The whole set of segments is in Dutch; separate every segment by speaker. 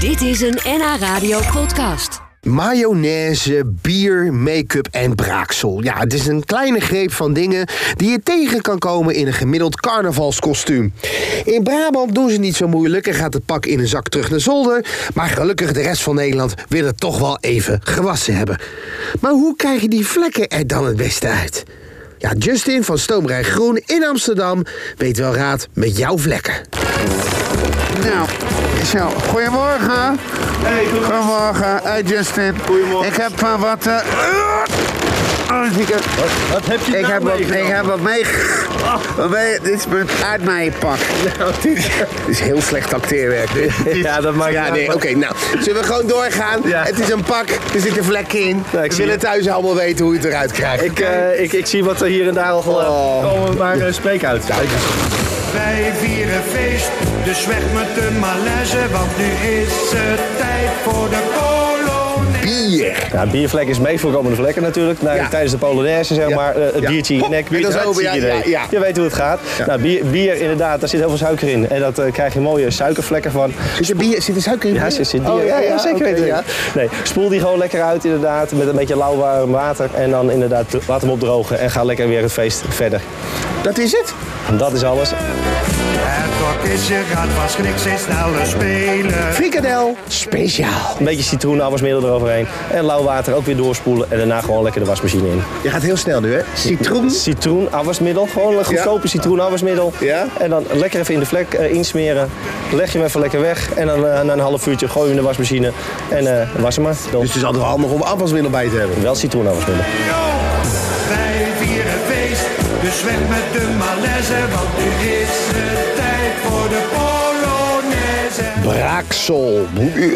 Speaker 1: Dit is een NH Radio podcast.
Speaker 2: Mayonaise, bier, make-up en braaksel. Ja, het is een kleine greep van dingen die je tegen kan komen in een gemiddeld carnavalskostuum. In Brabant doen ze niet zo moeilijk en gaat het pak in een zak terug naar zolder. Maar gelukkig de rest van Nederland wil het toch wel even gewassen hebben. Maar hoe krijgen die vlekken er dan het beste uit? Ja, Justin van Stoomrij Groen in Amsterdam weet wel raad met jouw vlekken.
Speaker 3: Nou, zo. Goedemorgen. Hey, Goedemorgen. Hey, Justin. Goedemorgen. Ik heb eh, wat... eh,
Speaker 2: eh,
Speaker 3: oh, ik heb,
Speaker 4: Wat heb je
Speaker 3: ik
Speaker 4: daar
Speaker 3: heb wat, ik
Speaker 4: meegenomen?
Speaker 3: heb wat mee... wat mee- Dit is mijn uitmaaienpak.
Speaker 4: eh,
Speaker 2: Het is heel slecht acteerwerk. dit.
Speaker 4: Ja, dat maakt
Speaker 2: Ja,
Speaker 4: niet
Speaker 2: nee,
Speaker 4: uit,
Speaker 2: oké.
Speaker 4: maar-
Speaker 2: nou, zullen we gewoon doorgaan?
Speaker 4: Ja.
Speaker 2: Het is een pak, er zitten vlekken in.
Speaker 4: Ja, ik
Speaker 2: we
Speaker 4: zie
Speaker 2: willen thuis allemaal weten hoe je het eruit krijgt.
Speaker 4: Ik, eh, ik, ik zie wat er hier en daar al gelopen. komen, maar eh, spreek uit.
Speaker 5: Wij vieren feest, dus weg met de malaise, want nu is het tijd voor de kolonel.
Speaker 2: Bier.
Speaker 4: Ja, biervlek is meest voorkomende vlekken natuurlijk. Nou,
Speaker 2: Ja.
Speaker 4: Tijdens de Polonaise, zeg
Speaker 2: Ja.
Speaker 4: maar, eh, het
Speaker 2: Ja.
Speaker 4: biertje in je
Speaker 2: Hop,
Speaker 4: nek,
Speaker 2: en dat is
Speaker 4: biertje uit,
Speaker 2: over,
Speaker 4: zie je
Speaker 2: ja,
Speaker 4: idee.
Speaker 2: ja, ja.
Speaker 4: Je weet hoe het gaat. Nou, bier, bier, inderdaad, daar zit heel veel suiker in. En daar krijg je mooie suikervlekken van.
Speaker 2: Zit er bier, zit er suiker in?
Speaker 4: Ja, zit, zit bier.
Speaker 2: Oh, ja, ja,
Speaker 4: zeker weten.
Speaker 2: ja.
Speaker 4: Nee, spoel die gewoon lekker uit inderdaad, met een beetje lauw warm water. En dan inderdaad, laat hem opdrogen en ga lekker weer het feest verder.
Speaker 2: Dat is het?
Speaker 4: En dat is alles.
Speaker 5: Het orkestje gaat van schrik steeds sneller spelen.
Speaker 2: Frikadel speciaal.
Speaker 4: Een beetje citroen, appelsmiddel eroverheen. En lauw water ook weer doorspoelen. En daarna gewoon lekker de wasmachine in.
Speaker 2: Je gaat heel snel nu, hè? Citroen. Dus
Speaker 4: Citroen, afwasmiddel. Gewoon een goedkope citroen, afwasmiddel.
Speaker 2: Ja.
Speaker 4: En dan lekker even in de vlek eh, insmeren. Leg je hem even lekker weg. En dan eh, na een half uurtje gooi je hem in de wasmachine. En eh, was hem maar. Dan
Speaker 2: Dus het is altijd wel handig om afwasmiddel bij te hebben.
Speaker 4: Wel citroen, afwasmiddel.
Speaker 5: Wij vieren feest, dus weg met de malaise, want nu is het tijd voor de polonaise.
Speaker 2: Braaksel.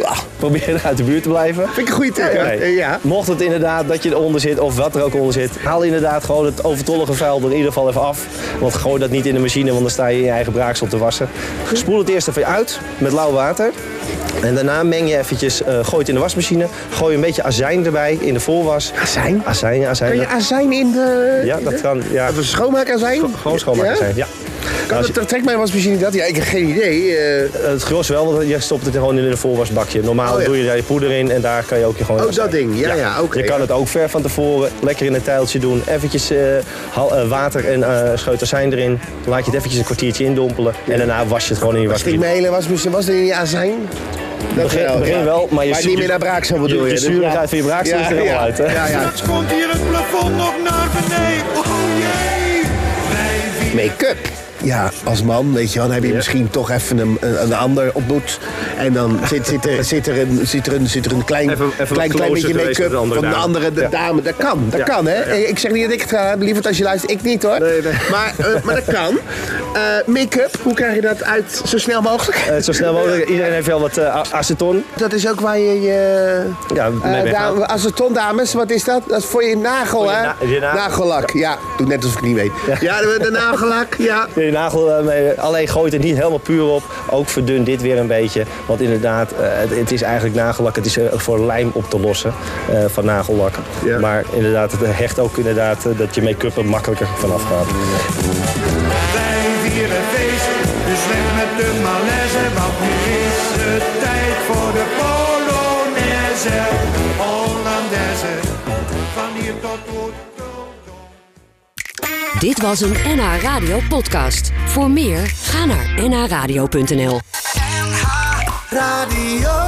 Speaker 2: Ja.
Speaker 4: Probeer nog uit de buurt te blijven.
Speaker 2: Vind ik een goede tip. Ja. Eh,
Speaker 4: Nee.
Speaker 2: ja.
Speaker 4: Mocht het inderdaad dat je eronder zit of wat er ook onder zit, haal inderdaad gewoon het overtollige vuil er in ieder geval even af. Want gooi dat niet in de machine, want dan sta je in je eigen braaksel te wassen. Spoel het eerst even uit met lauw water. En daarna meng je eventjes, eh, gooi het in de wasmachine. Gooi een beetje azijn erbij in de voorwas.
Speaker 2: Azijn?
Speaker 4: Azijn, azijn.
Speaker 2: Kan je azijn in de...
Speaker 4: Ja, dat kan. Ja,
Speaker 2: Even schoonmaakazijn?
Speaker 4: gewoon schoonmaken
Speaker 2: Ja?
Speaker 4: zijn. Ja.
Speaker 2: Kan
Speaker 4: Als je-
Speaker 2: dat, trekt mij wasmachine niet dat? Ja, ik heb geen idee. eh
Speaker 4: Het gros wel, want je stopt het gewoon in een voorwasbakje. Normaal
Speaker 2: Oh ja.
Speaker 4: doe je daar je poeder in en daar kan je ook je gewoon...
Speaker 2: Oh, dat ding. Ja, ja, oké.
Speaker 4: Je kan het ook ver van tevoren lekker in een tijltje doen. Eventjes eh, hal- eh, water en eh scheut azijn erin. Laat je het eventjes een kwartiertje indompelen. En daarna was je het gewoon in je
Speaker 2: Stinkt
Speaker 4: wasmachine.
Speaker 2: mijn hele wasmachine was er in azijn? Dat
Speaker 4: Begin- begin wel, maar je
Speaker 2: maar
Speaker 4: zoekt-
Speaker 2: niet meer naar braaksel bedoel
Speaker 4: je-
Speaker 2: je.
Speaker 4: je
Speaker 2: dus
Speaker 4: zuurigheid
Speaker 2: ja.
Speaker 4: van je braaksel is er helemaal uit, hè?
Speaker 2: Ja, ja.
Speaker 5: Straks komt hier het plafond nog naar beneden. Oh jee! Wij vieren
Speaker 2: Make-up. Ja, als man, weet je wel, dan heb je misschien toch even een, een, een ander ontmoet. En dan zit, zit, er, zit, er, een, zit, er, een, zit er een klein,
Speaker 4: Even- even wat
Speaker 2: klein, klein
Speaker 4: closer
Speaker 2: beetje
Speaker 4: geweest
Speaker 2: make-up
Speaker 4: met de
Speaker 2: van de andere
Speaker 4: andere dame.
Speaker 2: de
Speaker 4: Ja.
Speaker 2: dame. Dat kan, dat
Speaker 4: Ja,
Speaker 2: kan, hè?
Speaker 4: ja, ja.
Speaker 2: Ik zeg niet dat ik het ga hebben, liever als je luistert, ik niet hoor.
Speaker 4: Nee, nee.
Speaker 2: Maar, eh, maar dat kan. Eh, make-up, hoe krijg je dat uit zo snel mogelijk?
Speaker 4: Eh, zo snel mogelijk. Iedereen heeft wel wat eh, a- aceton.
Speaker 2: Dat is ook waar je je...
Speaker 4: Ja, mee
Speaker 2: Eh,
Speaker 4: weghaalt.
Speaker 2: dame- aceton, dames, wat is dat? Dat is voor je nagel,
Speaker 4: Voor je
Speaker 2: hè?
Speaker 4: na- je nagel.
Speaker 2: Nagellak, ja. Doe net alsof ik niet weet. Ja, de, de nagellak, ja.
Speaker 4: Je nagel eh, mee. Alleen gooi het er niet helemaal puur op. Ook verdun dit weer een beetje. Want inderdaad, eh, het, het is eigenlijk nagellak. Het is eh, voor lijm op te lossen eh, van nagellak.
Speaker 2: Ja.
Speaker 4: Maar inderdaad, het hecht ook inderdaad eh, dat je make-up er makkelijker vanaf gaat.
Speaker 5: Wij vieren feest, dus weg met de malaise, want nu is het tijd voor de Polonaise, Hollandaise, van hier tot Woertel.
Speaker 1: Dit was een NH Radio podcast. Voor meer, ga naar nhradio.nl.
Speaker 5: Radio.